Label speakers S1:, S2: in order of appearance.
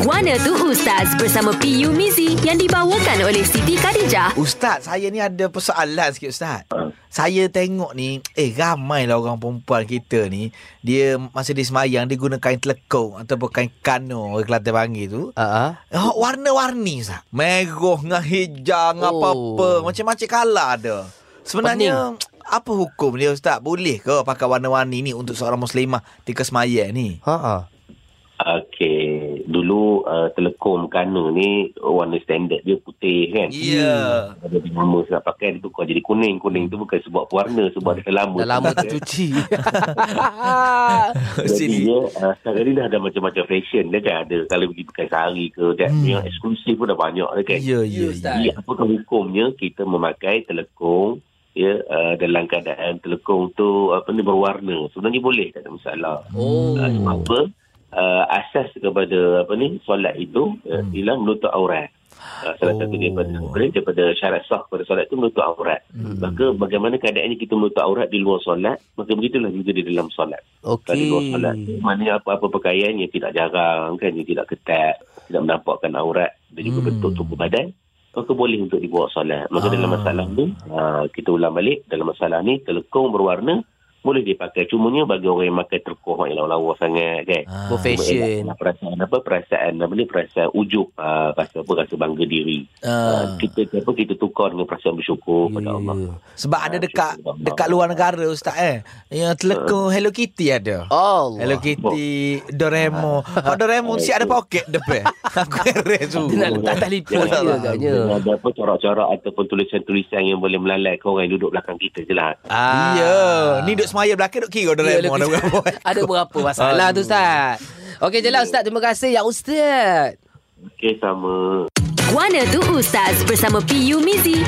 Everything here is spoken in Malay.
S1: Guana tu Ustaz bersama PU Mizi yang dibawakan oleh Siti Khadijah.
S2: Ustaz, saya ni ada persoalan sikit Ustaz.
S3: Ha.
S2: Saya tengok ni, eh ramailah orang perempuan kita ni, dia masa dia semayang, dia guna kain telekong ataupun kain kano, orang Kelantan panggil tu.
S4: Uh-huh.
S2: Oh, warna-warni Ustaz. Merah dengan hijau dengan
S4: Oh.
S2: apa-apa. Macam-macam kala ada. Sebenarnya, apa hukum dia Ustaz? Boleh ke pakai warna-warni ni untuk seorang Muslimah ketika semayang ni?
S4: Ha-ha.
S3: Okey, dulu uh, telekom Kano ni warna standard dia putih kan.
S2: Ya.
S3: Ada di lama saya pakai dia tukar jadi kuning. Kuning tu bukan sebab warna, sebab dia dah lama.
S4: Dah lama tak
S3: Dia-
S4: cuci.
S3: Jadi
S2: Sini.
S3: dia uh, sekarang ni dah ada macam-macam fashion dia kan ada. Kalau pergi pakai sari ke, dia
S2: Hmm.
S3: yang eksklusif pun dah banyak dia kan.
S2: Ya, ya, ya.
S3: Jadi apakah hukumnya kita memakai telekong ya uh, dalam keadaan telekong tu apa ni berwarna. Sebenarnya boleh tak ada masalah.
S4: Oh.
S3: Uh, sebab apa? Uh, asas kepada apa ni solat itu uh,
S2: Hmm.
S3: ialah menutup aurat. Uh, salah
S2: Oh.
S3: satu daripada daripada syarat sah pada solat itu menutup aurat.
S4: Hmm.
S3: Maka bagaimana keadaannya kita menutup aurat di luar solat, maka begitulah juga di dalam solat. Kalau di luar solat,
S4: Okey.
S3: maknanya apa-apa pakaian yang tidak jarang kan, yang tidak ketat, tidak menampakkan aurat dan juga
S2: Hmm.
S3: bentuk tubuh badan, maka boleh untuk dibawa solat.
S2: Ah.
S3: Maka dalam masalah ni, uh, kita ulang balik, dalam masalah ni telekong berwarna boleh dipakai. Cumanya bagi orang yang pakai telekong yang lawa sangat kan.
S2: Ah.
S4: Buat fashion.
S3: Elaklah perasaan apa perasaan apa ni perasaan ujub uh, rasa apa rasa bangga diri uh.
S2: Ah.
S3: kita apa kita tukar dengan perasaan bersyukur yeah, pada
S4: Ya,
S3: Allah
S4: ya, ya.
S2: Sebab ada dekat dekat luar negara Ustaz eh. Yang
S4: Ah.
S2: telekong Hello Kitty ada.
S4: Allah.
S2: Hello Kitty, Doraemon. Kalau Doraemon si ada poket depan. Aku keren tu.
S4: Dia nak letak telefon
S3: Jangan
S4: dia
S2: lah.
S4: agaknya.
S3: Jangan ada apa corak-corak ataupun tulisan-tulisan yang boleh melalai ke orang yang duduk belakang kita je lah.
S4: Ah.
S2: Ya, ni duk semaya belakang duk kira
S4: Ya,
S2: Doraemon ada
S4: lebih-
S2: berapa.
S4: Ada berapa masalah
S2: Aduh.
S4: tu Ustaz? Okey, jelas Ustaz. Terima kasih ya Ustaz.
S3: Okey, sama.
S1: Guana tu Ustaz bersama PU Mizi